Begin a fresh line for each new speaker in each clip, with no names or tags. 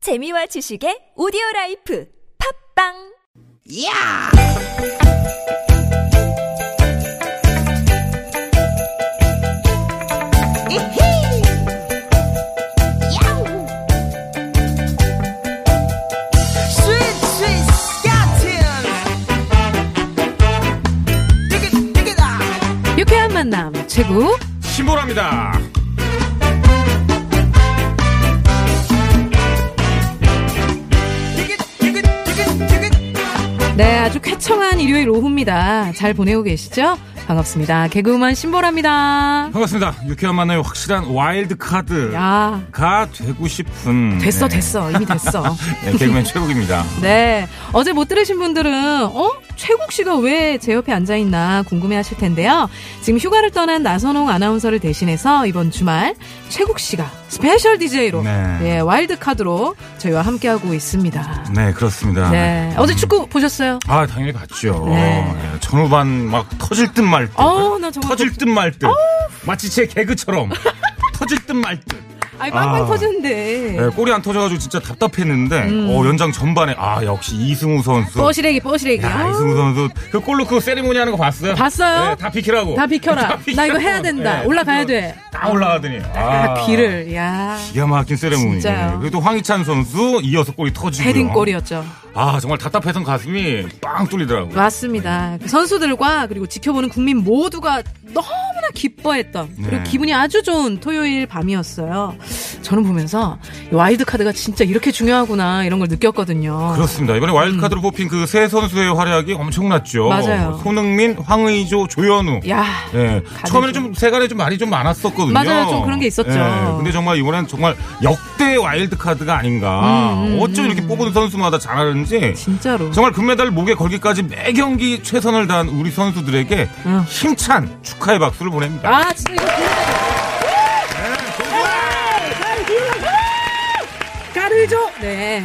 재미와 지식의 오디오 라이프 팝빵
야! 이히! 야우! 스윗 스윗 스카틴! 디귿 디귿아!
유쾌한 만남 최고
신보라입니다.
디귿 디귿 디귿 디귿
네 아주 쾌청한 일요일 오후입니다 잘 보내고 계시죠 반갑습니다 개그우먼 신보라입니다
반갑습니다. 유쾌한 만남의 확실한 와일드 카드가
야
되고 싶은
됐어
네.
됐어 이미 됐어
네, 개그맨 최국입니다.
네 어제 못 들으신 분들은 어 최국 씨가 왜 제 옆에 앉아 있나 궁금해하실 텐데요 지금 휴가를 떠난 나선홍 아나운서를 대신해서 이번 주말 최국 씨가 스페셜 DJ로
네.
예 와일드 카드로 저희와 함께하고 있습니다
네 그렇습니다.
네 어제 축구 보셨어요?
아 당연히 봤죠.
네.
예, 전후반 막 터질 듯 말 듯.
어우, 나 정말
터질 듯 말 듯. 마치 제 개그처럼 터질 듯 말 듯.
아이 빵빵
아.
터졌는데
예, 골이 안 터져가지고 진짜 답답했는데
음.
어, 연장 전반에 아 역시 이승우 선수.
뻐시래기 뻐시래기
야
아우.
이승우 선수 그 골로 그 세리머니 하는 거 봤어요?
봤어요?
예, 다 비키라고. 네,
다 비켜라. 나 이거 해야 된다. 올라가야 돼.
다 올라가더니.
아,
아,
귀를 야
기가 막힌 세레모니.
진짜요.
그리고 또 황희찬 선수 이어서 골이 터지고.
헤딩골이었죠.
아, 정말 답답했던 가슴이 빵 뚫리더라고요.
맞습니다. 그 선수들과 그리고 지켜보는 국민 모두가 너무나 기뻐했던 그리고
네.
기분이 아주 좋은 토요일 밤이었어요. 저는 보면서 이 와일드 카드가 진짜 이렇게 중요하구나 이런 걸 느꼈거든요.
그렇습니다. 이번에 와일드카드로 뽑힌 그 세 선수의 활약이 엄청났죠.
음. 맞아요.
손흥민, 황의조, 조현우.
야.
예.
다들
처음에는
좀-
좀 세간에 좀 말이 좀 많았었거든요. 네.
맞아요. 좀 그런 게 있었죠.
근데 정말 이번엔 정말 역대 와일드카드가 아닌가.
음,
어쩜 이렇게 뽑은 선수마다 잘하는지.
진짜로.
정말 금메달 목에 걸기까지 매 경기 최선을 다한 우리 선수들에게
응.
힘찬 축하의 박수를 보냅니다.
아 진짜 이거 대단하다. 네, 가를 줘. 네.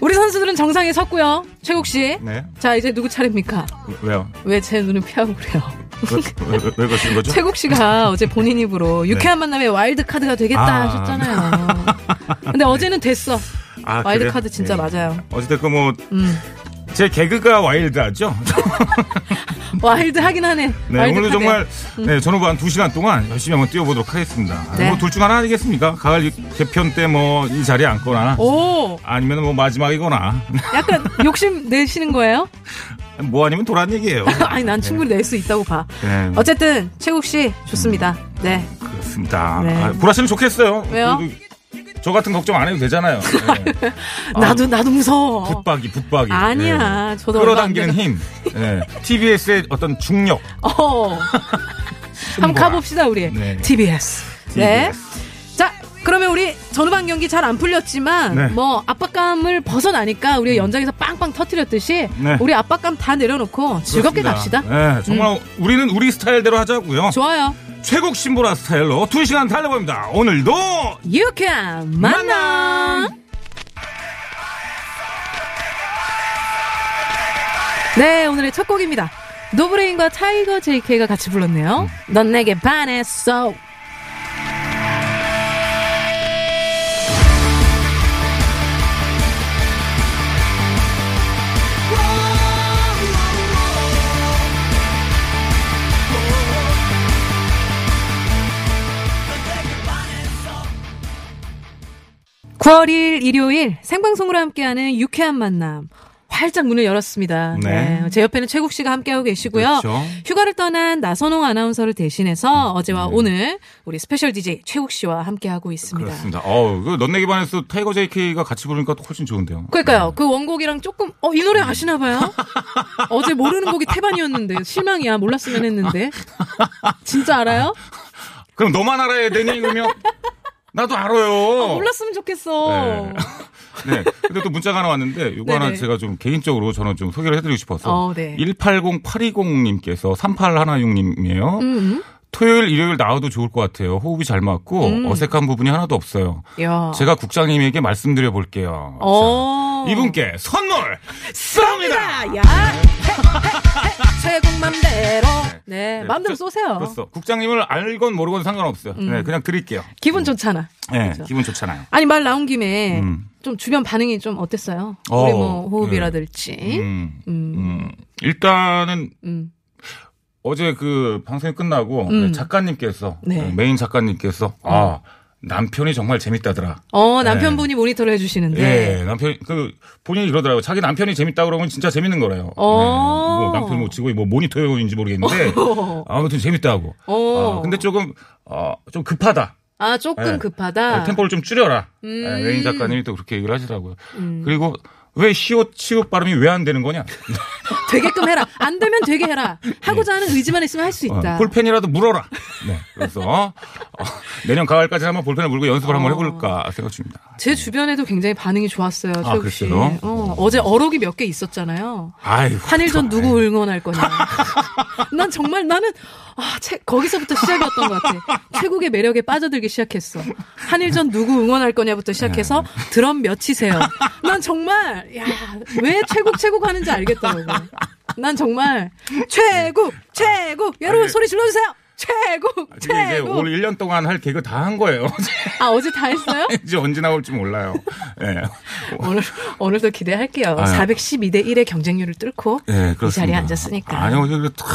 우리 선수들은 정상에 섰고요. 최국 씨.
네.
자 이제 누구 차례입니까?
왜요?
왜 제 눈을 피하고 그래요?
왜, 왜, 왜 그러신 거죠?
최국 씨가 어제 본인 입으로 유쾌한 만남의 와일드 카드가 되겠다
네. 아. 네.
하셨잖아요. 근데 어제는 됐어.
아,
와일드
그래요?
카드 진짜
예.
맞아요.
어쨌든 뭐,
음.
제 개그가 와일드하죠?
와일드 하긴 하네.
네,
와일드 카드야.
오늘 정말, 네, 전후반 한 2시간 동안 열심히 한번 뛰어보도록 하겠습니다.
네.
뭐, 둘 중 하나 아니겠습니까? 가을 개편 때 뭐, 이 자리에 앉거나,
오,
아니면 뭐, 마지막이거나,
약간 욕심 내시는 거예요?
뭐 아니면 도란 얘기예요
아니 난 충분히 낼 수 있다고 봐.
네.
어쨌든 최국 씨 좋습니다. 네.
그렇습니다.
네.
아, 보라씨는 좋겠어요.
왜요?
그래도 저 같은 걱정 안 해도 되잖아요. 네.
나도 나도 무서워.
붙박이, 붙박이.
어. 아니야.
예.
저도
끌어당기는
얼마
힘. 예. TBS의 어떤 중력.
어. 한번 가봅시다 우리
네.
TBS. 네. 자 그러면 우리 전후반 경기 잘 안 풀렸지만
네. 음.
뭐 압박감을 벗어나니까 우리 연장에서 빵빵 터뜨렸듯이
네.
우리 압박감 다 내려놓고 즐겁게
그렇습니다.
갑시다. 음.
예, 정말 우리는 우리 스타일대로 하자고요.
좋아요.
최국 신보라 스타일로 2시간 달려봅니다. 오늘도
유쾌한 만남. 네, 오늘의 첫 곡입니다. 노브레인과 타이거 JK가 같이 불렀네요. 넌 내게 반했어. 구월 1일 일요일 생방송으로 함께하는 유쾌한 만남. 활짝 문을 열었습니다.
네.
제 옆에는 최국 씨가 함께하고 계시고요.
그렇죠.
휴가를 떠난 나선홍 아나운서를 대신해서
네.
어제와 오늘 우리 스페셜 DJ 최국 씨와 함께하고 있습니다.
그렇습니다. 어우, 그넌 내기 반해서 타이거 JK가 같이 부르니까 또 훨씬 좋은데요.
그러니까요. 그 원곡이랑 조금 어 이 노래 아시나 봐요. 어제 모르는 곡이 태반이었는데 실망이야. 몰랐으면 했는데. 진짜 알아요?
그럼 너만 알아야 되니? 그러면 나도 알아요.
몰랐으면 좋겠어.
네. 근데 또 문자가 하나 왔는데 이거
네네.
하나 제가 좀 개인적으로 저는 좀 소개를 해드리고 싶어서
어, 네.
180820님께서
음,
3816님이에요. 토요일 일요일 나와도 좋을 것 같아요. 호흡이 잘 맞고 어색한 부분이 하나도 없어요.
음. 야.
제가 국장님에게 말씀드려 볼게요.
어.
이분께 네. 선물 쏩니다.
야! 최국 맘대로. 네,
네,
맘대로
저-
쏘세요.
그렇소. 국장님을 알건 모르건 상관없어요. 네, 그냥 드릴게요.
기분 좋잖아.
네,
그죠?
기분 좋잖아요.
아니, 말 나온 김에
음.
좀 주변 반응이 좀 어땠어요?
어,
우리 뭐 호흡이라든지.
음,
음.
음. 일단은
음.
어제 그 방송이 끝나고
음.
네, 작가님께서
네. 음.
네, 메인 작가님께서 아 남편이 정말 재밌다더라.
어, 남편분이 모니터를 해주시는데.
네. 예, 남편 그 본인이 그러더라고 요 자기 남편이 재밌다 그러면 진짜 재밌는 거래요. 네,
어.
뭐 남편 못 치고 뭐 모니터인지 모르겠는데 아무튼 재밌다고.
어.
아, 근데 조금 어, 좀 급하다.
아, 조금
예.
급하다.
어, 템포를 좀 줄여라.
음.
예, 메인 작가님이 또 그렇게 얘기를 하시더라고요. 그리고 왜 시옷 치옷 발음이 왜 안 되는 거냐?
되게끔 해라. 안 되면 되게 해라. 하고자 하는 의지만 있으면 할 수
예. 어,
있다.
볼펜이라도 물어라. 네, 그래서 어, 어, 내년 가을까지 한번 볼펜을 물고 연습을
어.
한번 해볼까 생각 중입니다.
제 주변에도 굉장히 반응이 좋았어요. 최욱 씨.
아, 그랬어요?
어, 어제 어록이 몇 개 있었잖아요.
아유, 예.
한일전 누구 응원할 거냐. 난 정말 나는 아, 채- 거기서부터 시작이었던 것 같아. 최국의 매력에 빠져들기 시작했어. 한일전 누구 응원할 거냐부터 시작해서
예.
드럼 몇 치세요. 난 정말 야 왜 최국 최국 하는지 알겠더라고. 난 정말 최국 최국 여러분
예. 아니, 예.
소리 질러주세요. 최국
아, 지금 이제
최국
올 1년 동안 할 개그 다 한 거예요.
아 어제 다 했어요?
이제 언제 나올지 몰라요. 예.
오늘 오늘도 기대할게요.
아유.
412대 1의 경쟁률을 뚫고
예, 그렇습니다.
이 자리에 앉았으니까. 음.
아니요, 어, 그래도 다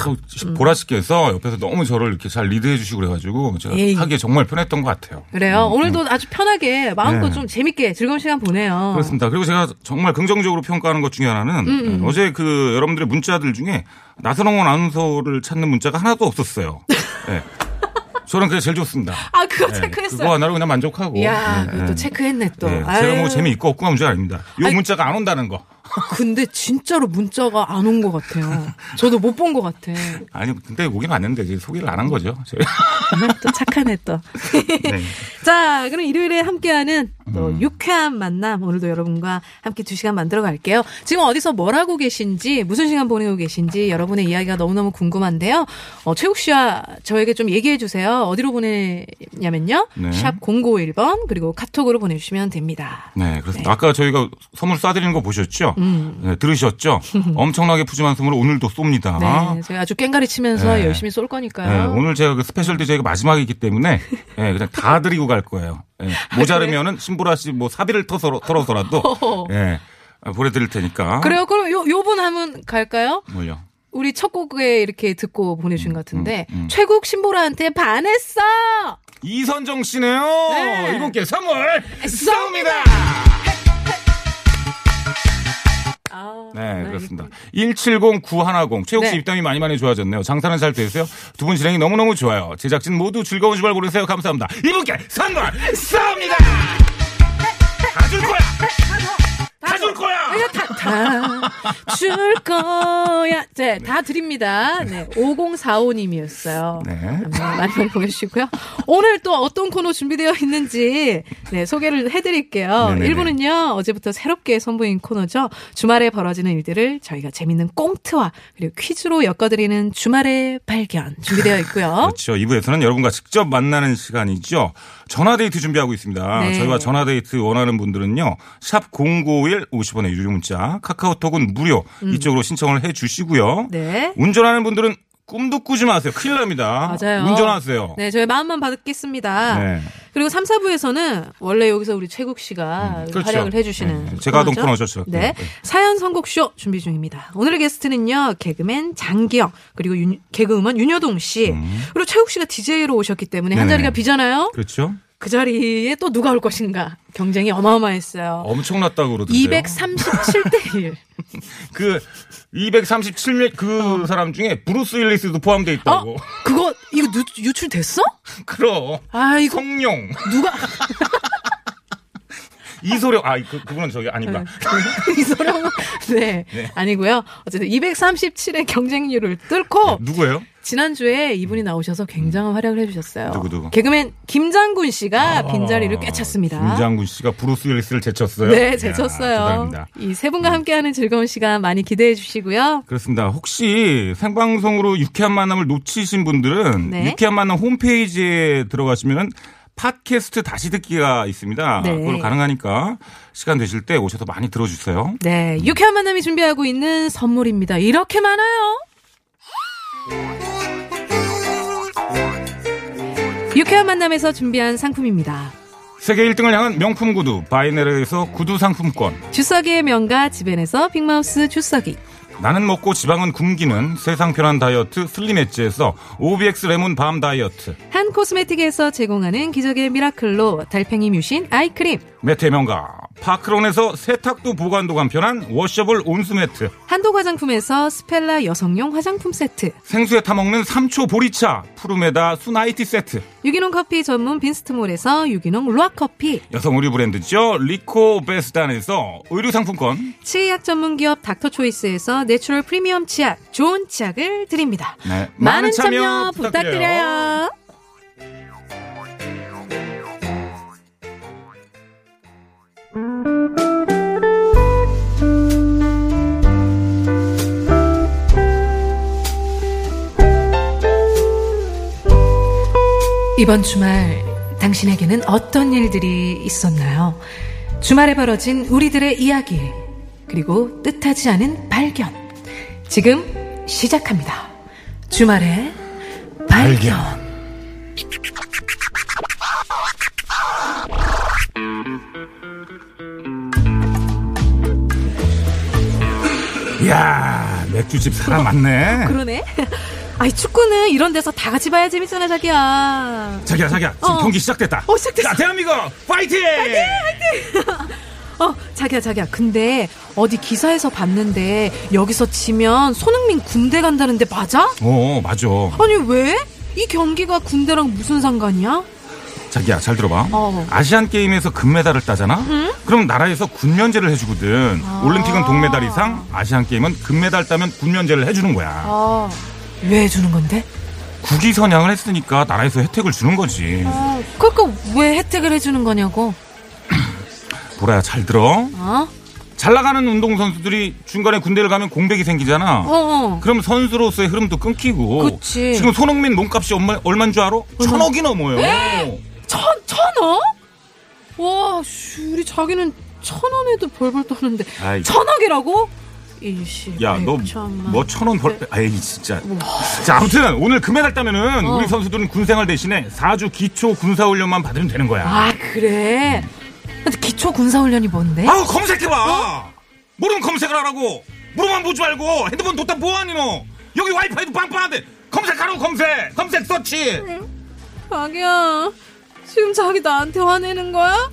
보라씨께서 옆에서 너무 저를 이렇게 잘 리드해 주시고 그래가지고 제가
예이.
하기에 정말 편했던 것 같아요.
그래요. 오늘도 아주 편하게 마음껏
음, 네.
좀 재밌게 즐거운 시간 보내요.
그렇습니다. 그리고 제가 정말 긍정적으로 평가하는 것 중에 하나는
음,
예, 어제 그 여러분들의 문자들 중에 나선홍 아나운서를 찾는 문자가 하나도 없었어요. 예. 저는 그게 제일 좋습니다.
아 그거
예, 그거
체크했어요.
하나로 그냥 만족하고.
이야,
예,
그거 또
예.
체크했네 또.
예, 제가 뭐
아유.
재미있고 없고가 문제가 아닙니다. 요
아니,
문자가 안 온다는 거.
근데 진짜로 문자가 안 온 것 같아요. 저도 못 본 것 같아.
아니, 근데 오긴 왔는데 이제 소개를 안 한 거죠. 제가.
또 착하네 또.
네. 음.
자, 그럼 일요일에 함께하는 또 유쾌한 만남 오늘도 여러분과 함께 두 시간 만들어 갈게요. 지금 어디서 뭘 하고 계신지 무슨 시간 보내고 계신지 여러분의 이야기가 너무너무 궁금한데요. 어, 최욱 씨와 저에게 좀 얘기해 주세요. 어디로 보내냐면요.
네.
샵 051번 그리고 카톡으로 보내주시면 됩니다.
네, 그렇습니다. 아까 저희가 선물 쏴드리는 거 보셨죠?
음.
네, 들으셨죠? 엄청나게 푸짐한 선물 오늘도 쏩니다.
네, 제가 아주 깽가리 치면서
네.
열심히 쏠
네,
거니까요.
오늘 제가 그 스페셜 DJ가 마지막이기 때문에 네, 그냥 다 드리고 갈 거예요. 네, 모자르면은 신보라 씨 뭐 사비를 터서, 털어서라도 네, 보내드릴 테니까.
그래요. 그럼 요, 요분 한번 갈까요?
뭘요?
우리 첫 곡에 이렇게 듣고 보내주신 것 같은데
음,
최국 신보라한테 반했어.
이선정 씨네요.
네.
이분께 선물 쏩니다.
아,
네, 그렇습니다. 170910 최욱 씨
네.
입담이 많이 많이 좋아졌네요. 장사는 잘 되세요. 두 분 진행이 너무너무 좋아요. 제작진 모두 즐거운 주말 보내세요. 감사합니다. 이분께 선물 쏩니다. 네, 다 줄 거야. 네, 다 줄 거야.
아, 다줄 거야. 네, 다 드립니다. 네, 5045님이었어요.
네.
많이 많이 보내주시고요. 오늘 또 어떤 코너 준비되어 있는지 네, 소개를 해드릴게요.
네네네.
1부는요, 어제부터 새롭게 선보인 코너죠. 주말에 벌어지는 일들을 저희가 재밌는 꽁트와 그리고 퀴즈로 엮어드리는 주말의 발견 준비되어 있고요.
그렇죠. 2부에서는 여러분과 직접 만나는 시간이죠. 전화데이트 준비하고 있습니다.
네.
저희와 전화데이트 원하는 분들은요. 샵 051 50원의 유료 문자 카카오톡은 무료 이쪽으로 신청을 해 주시고요.
음. 네.
운전하는 분들은 꿈도 꾸지 마세요. 큰일 납니다.
맞아요.
운전하세요.
네, 저희 마음만 받겠습니다.
네.
그리고 3, 4부에서는 원래 여기서 우리 최국 씨가
그렇죠.
활약을 해주시는
네, 제가 하던
코너죠.
코너죠, 제가.
네.
네.
사연 선곡쇼 준비 중입니다. 오늘의 게스트는요, 개그맨 장기영, 그리고 윤- 개그우먼 윤여동 씨, 그리고 최국 씨가 DJ로 오셨기 때문에 한
음. 네네.
자리가 비잖아요?
그렇죠.
그 자리에 또 누가 올 것인가. 경쟁이 어마어마했어요.
엄청났다고 그러던데요.
237대 1.
그 237명 그 사람 중에 브루스 윌리스도 포함돼
어?
있다고.
그거, 이거 누- 유출됐어?
그럼
아, 이거
성룡
누가.
이소룡 아 그, 그분은 저기 아닙니다.
네. 이소룡은 네, 아니고요. 어쨌든 237의 경쟁률을 뚫고
네, 누구예요? 음.
지난주에 이분이 나오셔서 굉장한 활약을 해주셨어요.
누구, 누구?
개그맨 김장군 씨가 빈자리를
아,
꿰찼습니다.
김장군 씨가 브루스 윌리스를 제쳤어요.
네,
이야,
제쳤어요.
대단합니다. 음.
이 세 분과 함께하는 즐거운 시간 많이 기대해 주시고요.
그렇습니다. 혹시 생방송으로 유쾌한 만남을 놓치신 분들은
네.
유쾌한 만남 홈페이지에 들어가시면 팟캐스트 다시 듣기가 있습니다.
네.
그걸 가능하니까 시간 되실 때 오셔서 많이 들어주세요.
네, 유쾌한 만남이 준비하고 있는 선물입니다. 이렇게 많아요. 유쾌한 만남에서 준비한 상품입니다.
세계 1등을 향한 명품 구두 바이네르에서 구두 상품권
주석이의 명가 집엔에서 빅마우스 주석이
나는 먹고 지방은 굶기는 세상 편한 다이어트 슬림 엣지에서 OBX 레몬 밤 다이어트
한 코스메틱에서 제공하는 기적의 미라클로 달팽이 뮤신 아이크림
매트의 명가 파크론에서 세탁도 보관도 간편한 워셔블 온수 매트
한도 화장품에서 스펠라 여성용 화장품 세트
생수에 타먹는 삼초 보리차 푸르메다 순아이티 세트
유기농 커피 전문 빈스트몰에서 유기농 루아 커피
여성 의류 브랜드죠 리코 베스단에서 의류 상품권
치약 전문 기업 닥터초이스에서 내추럴 프리미엄 치약 좋은 치약을 드립니다.
네,
많은 참여 부탁드려요. 이번 주말 당신에게는 어떤 일들이 있었나요? 주말에 벌어진 우리들의 이야기 그리고 뜻하지 않은 발견 지금 시작합니다. 주말에 발견.
이야 맥주집 사람 많네
그러네. 아이 축구는 이런 데서 다 같이 봐야 재밌잖아 자기야.
자기야 자기야 지금
어.
경기 시작됐다
어, 시작됐어.
자 대한민국 파이팅
어 자기야 자기야. 근데 어디 기사에서 봤는데 여기서 지면 손흥민 군대 간다는데 맞아?
오 맞아
아니 왜? 이 경기가 군대랑 무슨 상관이야?
자기야 잘 들어봐
어.
아시안 게임에서 금메달을 따잖아 그럼 나라에서 군면제를 해주거든
아.
올림픽은 동메달 이상 아시안 게임은 금메달 따면 군면제를 해주는 거야
아. 왜 주는 건데?
국위 선양을 했으니까 나라에서 혜택을 주는 거지
아, 그러니까 왜 혜택을 해주는 거냐고.
보라야 잘 들어
어?
잘 나가는 운동 선수들이 중간에 군대를 가면 공백이 생기잖아
어, 어.
그럼 선수로서의 흐름도 끊기고
그치.
지금 손흥민 몸값이 얼마, 얼만 줄 알아? 천억이 넘어요
천, 천억? 와, 씨, 우리 자기는 천 원에도 벌벌 떠는데.
아이.
천억이라고? 일시.
야 너
백천만.
뭐 천 원
네.
벌... 아이 진짜 자 아무튼 오늘 금메달 따면은
어.
우리 선수들은 군생활 대신에 4주 기초 군사훈련만 받으면 되는 거야
아, 그래. 근데 기초 군사훈련이 뭔데?
아우 검색해봐
어?
모르면 검색을 하라고 물어만 보지 말고 핸드폰 뒀다 뭐하니 너 여기 와이파이도 빵빵한데 검색하라고 검색 검색 서치
자기야, 지금 자기 나한테 화내는 거야?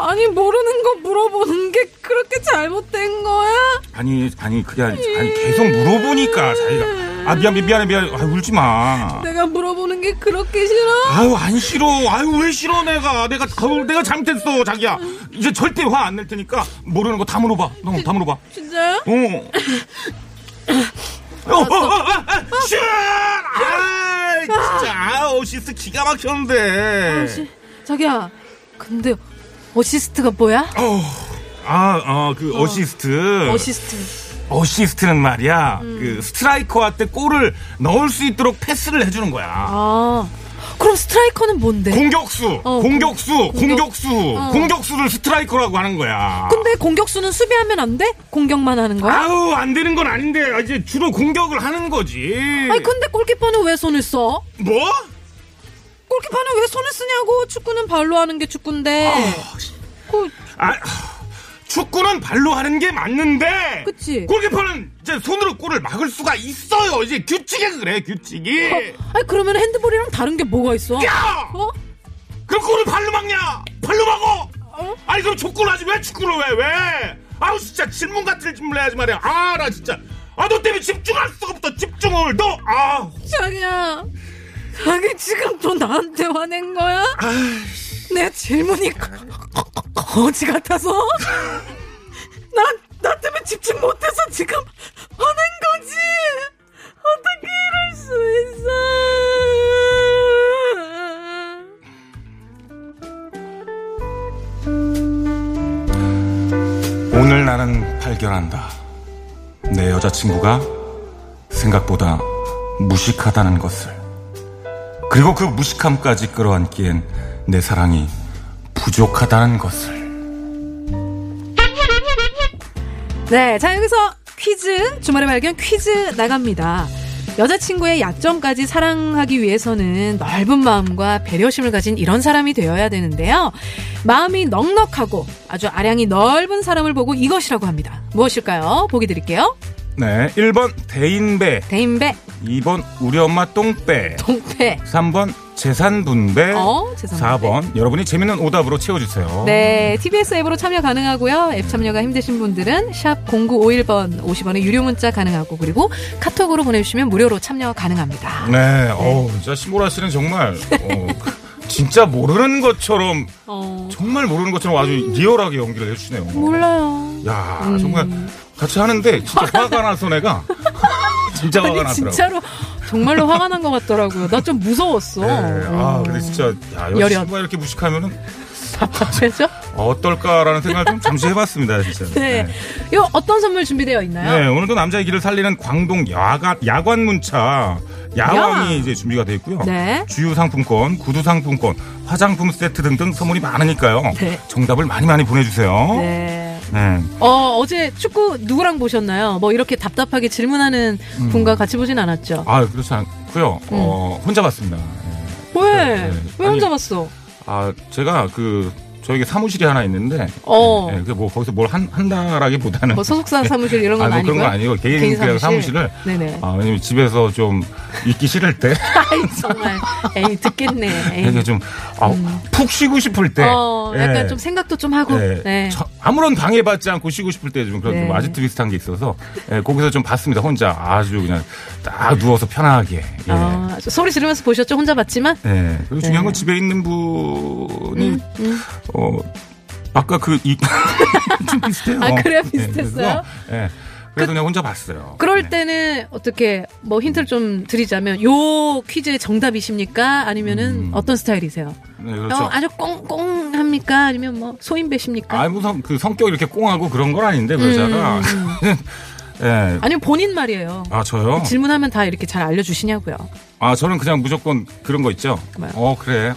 아니, 모르는 거 물어보는 게 그렇게 잘못된 거야?
아니 아니 그게 아니지 아니 계속 물어보니까 자기가 아 미안 미안 미안해 미안해 아 울지마
내가 물어보는 게 그렇게 싫어?
아유 안 싫어. 아유 왜 싫어 내가. 내가 거울 내가 잘못했어 자기야. 이제 절대 화 안 낼 테니까 모르는 거 다 물어봐. 너 다 물어봐.
진짜요?
어. 어, 어, 어, 어, 어, 슛! 아, 진짜 아, 어시스트 기가 막혔는데.
지- 자기야, 근데 어시스트가 뭐야?
어, 아, 어, 그 어시스트.
어시스트.
어시스트. 는 말이야. 그 스트라이커한테 골을 넣을 수 있도록 패스를 해주는 거야.
아, 그럼 스트라이커는 뭔데?
공격수,
어,
공격수,
공-
공격수,
어. 그-
공격수를 스트라이커라고 하는 거야.
근데 공격수는 수비하면 안 돼? 공격만 하는 거야?
아우 안 되는 건 아닌데 이제 주로 공격을 하는 거지.
아니 그- 근데 골키퍼는 왜 손을 써?
뭐?
골키퍼는 왜 손을 쓰냐고 축구는 발로 하는 게 축구인데 그,
어, 아, 축구는 발로 하는 게 맞는데.
그치.
골키퍼는 이제 손으로 골을 막을 수가 있어요. 이제 규칙이 그래 규칙이.
아니 그러면 핸드볼이랑 다른 게 뭐가 있어?
예. 야!
어?
그럼 골을 발로 막냐? 발로 막어? 아니 그럼 축구를 하지 왜 축구를 왜 왜? 아우 진짜 질문 같은 질문을 해야지 말이야. 아 나 진짜. 아 너 때문에 집중할 수가 없다 집중을 너. 아
자기야 자기 지금 또 나한테 화낸 거야? 내 질문이 거, 거- 거지 같아서? 난, 나 때문에 집중 못해서 지금 화낸 거지? 어떻게 이럴 수 있어?
오늘 나는 발견한다. 내 여자친구가 생각보다 무식하다는 것을. 그리고 그 무식함까지 끌어안기엔 내 사랑이 부족하다는 것을.
네, 자 여기서 퀴즈 주말에 발견 퀴즈 나갑니다. 여자친구의 약점까지 사랑하기 위해서는 넓은 마음과 배려심을 가진 이런 사람이 되어야 되는데요. 마음이 넉넉하고 아주 아량이 넓은 사람을 보고 이것이라고 합니다. 무엇일까요? 보기 드릴게요.
네, 1번 대인배,
대인배,
2번 우리 엄마 똥배,
동패.
3번 재산 분배,
어, 재산 분배.
4번 여러분이 재밌는 오답으로 채워주세요.
네, TBS 앱으로 참여 가능하고요. 앱 참여가 힘드신 분들은 샵 0951번 50원의 유료 문자 가능하고 그리고 카톡으로 보내주시면 무료로 참여 가능합니다.
네, 어우, 진짜 신보라 씨는 정말, 어, 진짜 모르는 것처럼,
어,
정말 모르는 것처럼 아주 리얼하게 연기를 해주시네요.
몰라요. 음.
야 정말 같이 하는데 진짜 화가 나서 내가. 진짜 화가
아니
나더라고.
진짜로 정말로 화가 난 것 같더라고요. 나 좀 무서웠어. 음.
네, 아, 근데 진짜, 야,
여련.
여자친구가 이렇게 무식하면은
그렇죠?
어떨까라는 생각을 좀 잠시 해봤습니다, 진짜.
네. 이거 어떤 선물 준비되어 있나요?
네, 오늘도 남자의 길을 살리는 광동 야관, 야관 문차 야왕이
야왕.
이제 준비가 돼 있고요.
네.
주유 상품권, 구두 상품권, 화장품 세트 등등 선물이 많으니까요.
네.
정답을 많이 많이 보내주세요.
네.
네.
어, 어제 축구 누구랑 보셨나요? 뭐 이렇게 답답하게 질문하는
음.
분과 같이 보진 않았죠.
아 그렇지 않고요.
음.
어, 혼자 봤습니다. 네.
왜?
네, 네.
왜 혼자
아니,
봤어?
아 제가 그 저에게 사무실이 하나 있는데,
어.
네, 그뭐 거기서 뭘 한, 한다라기보다는
뭐 소속사 사무실 이런 건
아, 뭐
아니고요.
그런 건 아니고 개인 그냥 사무실을
네네.
아, 왜냐면 집에서 좀 있기 싫을 때.
아이 정말 에이 듣겠네. 에이.
이게 좀, 아, 푹 쉬고 싶을 때.
어, 약간
예.
좀 생각도 좀 하고.
예.
네.
저- 아무런 방해받지 않고 쉬고 싶을 때 좀 그런
네.
좀 아지트 비슷한 게 있어서 예, 거기서 좀 봤습니다. 혼자 아주 그냥 딱 누워서 편하게. 예.
아, 소리 지르면서 보셨죠? 혼자 봤지만
예. 그리고 중요한
네. 음,
건 집에 있는 분이 어 아까 그 이 좀 비슷해요.
아, 그래요?
예,
비슷했어요?
그래서, 예. 그래서 그냥 혼자 봤어요.
그럴
네.
때는 어떻게 뭐 힌트를 좀 드리자면 요 퀴즈의 정답이십니까? 아니면은 어떤 스타일이세요?
네, 음. 그렇죠.
어, 아주 꽁꽁합니까? 아니면 뭐 소인배십니까?
아, 무슨 그 성격 이렇게 꽁하고 그런 건 아닌데
음,
그 여자가 예.
아니면 본인 말이에요.
아 저요?
질문하면 다 이렇게 잘 알려주시냐고요.
아 저는 그냥 무조건 그런 거 있죠.
뭐요? 아,
어 그래.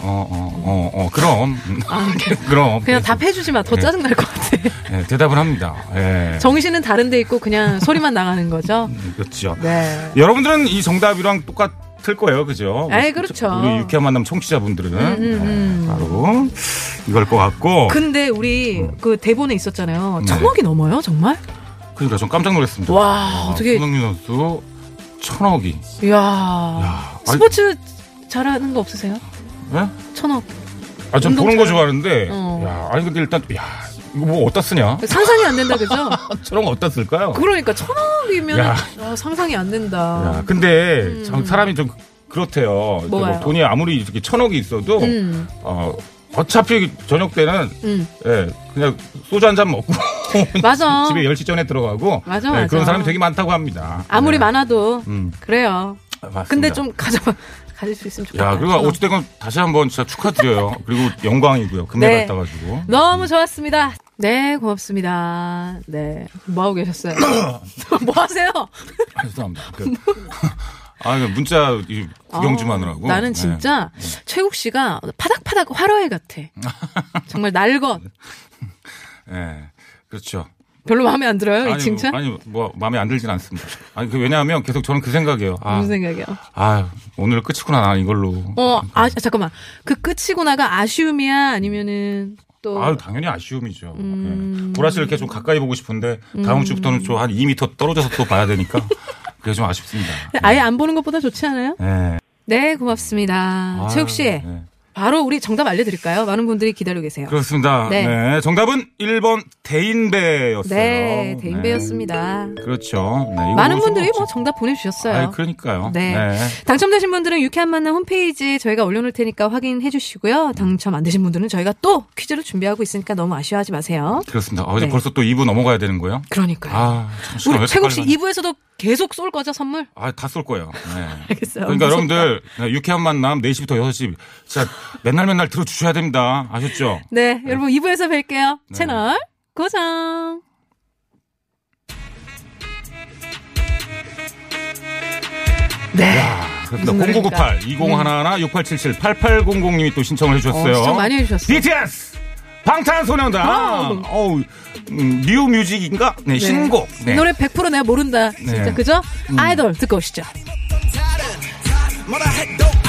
어 어 어 어, 어, 그럼 그럼
그냥 답해주지 마. 더
네.
짜증 날 것 같아.
예, 대답을 합니다. 예.
정신은 다른데 있고 그냥 소리만 나가는 거죠.
그렇죠.
네.
여러분들은 이 정답이랑 똑같을 거예요, 그죠?
아이, 그렇죠. 음,
우리 유쾌한 만남 청취자분들은 예, 바로 이걸 것 같고. 그...
어. 근데 우리 그 대본에
네.
있었잖아요. 천억이 넘어요, 정말?
러니까좀 그러니까 깜짝 놀랐습니다.
와, 어떻게-
손흥민 선수 천억이.
이야.
아니-
스포츠 잘하는 거 없으세요?
예?
천억.
아, 전
운동
보는 거
잘하-
좋아하는데.
어.
야, 아니 근데 일단 야 이거 뭐 어디다 쓰냐?
상상이 안 된다, 그죠?
저런 거 어디다 쓸까요?
그러니까 천억이면
야.
아, 상상이 안 된다.
야, 근데 참 사람이 좀 그렇대요. 이렇게
음. 뭐가요?
뭐 돈이 아무리 이렇게 천억이 있어도
음,
어, 어차피 저녁 때는
음.
예, 그냥 소주 한 잔 먹고
맞아.
집에 10시 전에 들어가고
맞아,
예,
맞아.
그런 사람이 되게 많다고 합니다.
아무리
예.
많아도
음.
그래요.
아, 맞습니다.
근데 좀 그렇죠. 가져봐 가질 수 있으면 좋겠다.
야, 그리고
천억.
어찌됐건 다시 한번 진짜 축하드려요. 그리고 영광이고요. 금메달
네.
따가지고.
너무 좋았습니다. 네, 고맙습니다. 네, 뭐 하고 계셨어요? 뭐 하세요?
아, 죄송합니다. 그, 아, 그 문자 이 구경 좀
아,
하느라고.
나는
예.
진짜 최국 씨가 파닥파닥 화로회 같아. 정말 날것
예. 그렇죠.
별로 마음에 안 들어요 이 칭찬?
뭐, 아니, 뭐, 마음에 안 들진 않습니다. 아니, 그, 왜냐하면 계속 저는 그 생각이에요. 아,
무슨 생각이야?
아 오늘 끝이구나, 나 이걸로.
어, 아 잠깐만 그 끝이고나가 아쉬움이야 아니면은 또
아유, 당연히 아쉬움이죠.
음.
예. 보라 씨를 이렇게 좀 가까이 보고 싶은데, 다음 주부터는 좀 한 2m 떨어져서 또 봐야 되니까, 그게 좀 아쉽습니다.
아예 안 보는 것보다 좋지 않아요?
예.
네, 고맙습니다.
아유,
최욱 씨,
예.
바로 우리 정답 알려드릴까요? 많은 분들이 기다리고 계세요.
그렇습니다.
네.
네. 정답은 1번 대인배였어요.
네, 대인배였습니다.
네. 그렇죠. 네, 이거
많은
모를 수가
분들이 뭐
없죠.
정답 보내주셨어요.
아니, 그러니까요.
네. 당첨되신 분들은 유쾌한 만남 홈페이지에 저희가 올려놓을 테니까 확인해 주시고요. 당첨 안 되신 분들은 저희가 또 퀴즈를 준비하고 있으니까 너무 아쉬워하지 마세요.
그렇습니다. 어, 이제
네.
벌써 또 2부 넘어가야 되는 거예요?
그러니까요.
아, 참 시간 왜
우리
이렇게
최국
빨리
씨
가냐.
2부에서도 계속 쏠 거죠, 선물?
아, 다 쏠 거예요. 네.
알겠어요. 무섭다.
그러니까 여러분들, 네, 유쾌한 만남 4시부터 6시. 진짜 맨날 맨날 들어주셔야 됩니다. 아셨죠?
네, 여러분 2부에서 뵐게요. 채널 고정. 네.
그렇습니다.
무슨
0998 2011 6877 8800님이 또 신청을 해주셨어요.
어, 시청 많이 해주셨어요.
BTS 방탄소년단.
와우.
어우 음, 뉴뮤직인가? 네,
네.
신곡. 네.
이 노래 100% 내가 모른다. 진짜
네.
그죠? 아이돌 듣고 오시죠.
다른 뭐라 해도